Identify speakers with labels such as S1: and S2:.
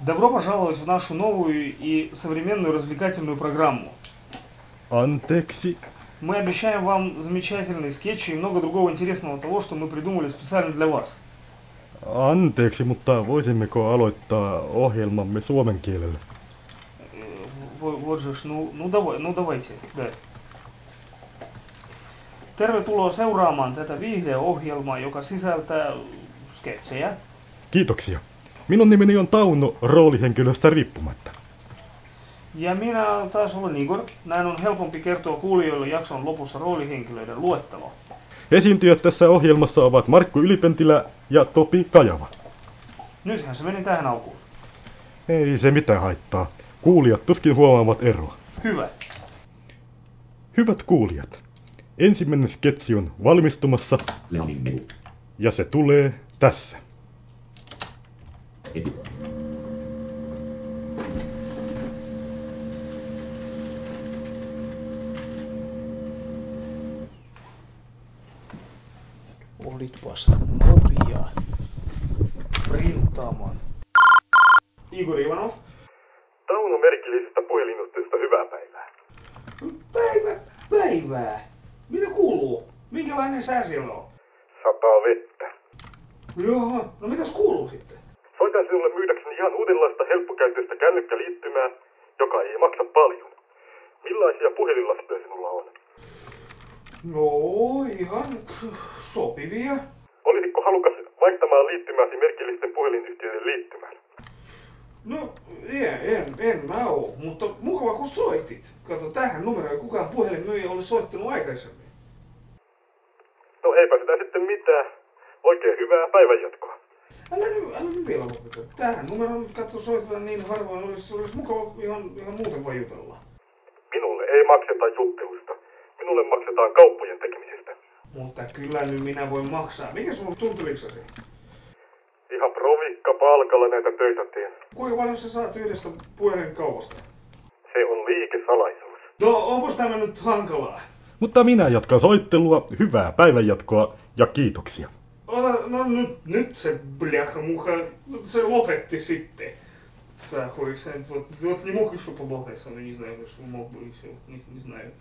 S1: Добро пожаловать в нашу новую и современную развлекательную программу.
S2: Антекси.
S1: Мы обещаем вам замечательные скетчи и много другого интересного того, что мы придумали специально для вас.
S2: Anteeksi, mutta voisimmeko aloittaa ohjelmamme suomen kielellä?
S1: Э, во- Вот же ж, ну, ну давай, ну давайте, да. Tervetuloa seuraamaan tätä viihdeohjelmaa, joka sisältää sketsejä.
S2: Kiitoksia. Minun nimeni on Tauno roolihenkilöstä riippumatta.
S1: Ja minä taas olen Igor. Näin on helpompi kertoa kuulijoille jakson lopussa roolihenkilöiden luettelo.
S2: Esiintyjät tässä ohjelmassa ovat Markku Ylipentilä ja Topi Kajava.
S1: Nythän se meni tähän alkuun.
S2: Ei se mitään haittaa. Kuulijat tuskin huomaavat eroa.
S1: Hyvä.
S2: Hyvät kuulijat, ensimmäinen sketsi on valmistumassa
S3: Leonin menu.
S2: ja se tulee tässä.
S3: Edit.
S4: Olitpas nopea.
S1: Printtaamaan. Igor Ivanov.
S5: Tauno merkillisestä puhelinnusteesta hyvää päivää.
S1: Päivä, päivää. Mitä kuuluu? Minkälainen sää siellä on?
S5: Sataa vettä.
S1: Joo, no mitäs kuuluu sitten?
S5: Soitan sinulle myydäkseni ihan uudenlaista helppokäyttöistä kännykkäliittymää, joka ei maksa paljon. Millaisia puhelinlasteja sinulla on?
S1: No, ihan sopivia.
S5: Olisitko halukas vaihtamaan liittymäsi merkillisten puhelinyhtiöiden liittymään?
S1: No, en, en, en mä oo, mutta mukava kun soitit. Kato, tähän numeroon ei kukaan puhelinmyyjä ole soittanut aikaisemmin.
S5: No eipä sitä sitten mitään. Oikein hyvää päivänjatkoa.
S1: Älä nyt, älä nyt vielä lopeta. Tähän numeroon katso soitetaan niin harvoin, olisi, olisi mukava ihan, ihan muuten vaan jutella.
S5: Minulle ei makseta juttelusta. Minulle maksetaan kauppojen tekemisestä.
S1: Mutta kyllä nyt minä voin maksaa. Mikä sun on tuntiliksasi?
S5: Ihan provikka palkalla näitä töitä teen.
S1: Kuinka paljon sä saat yhdestä puhelin kaupasta?
S5: Se on liikesalaisuus.
S1: No, onpas tämä nyt hankalaa.
S2: Mutta minä jatkan soittelua, hyvää päivänjatkoa ja kiitoksia.
S1: Ota, no nyt, nyt se бляха-муха, se lopetti sitten. niin Сахой, вот, вот не мог еще поболтать со мной, не знаю, что мог бы еще, не, не знаю.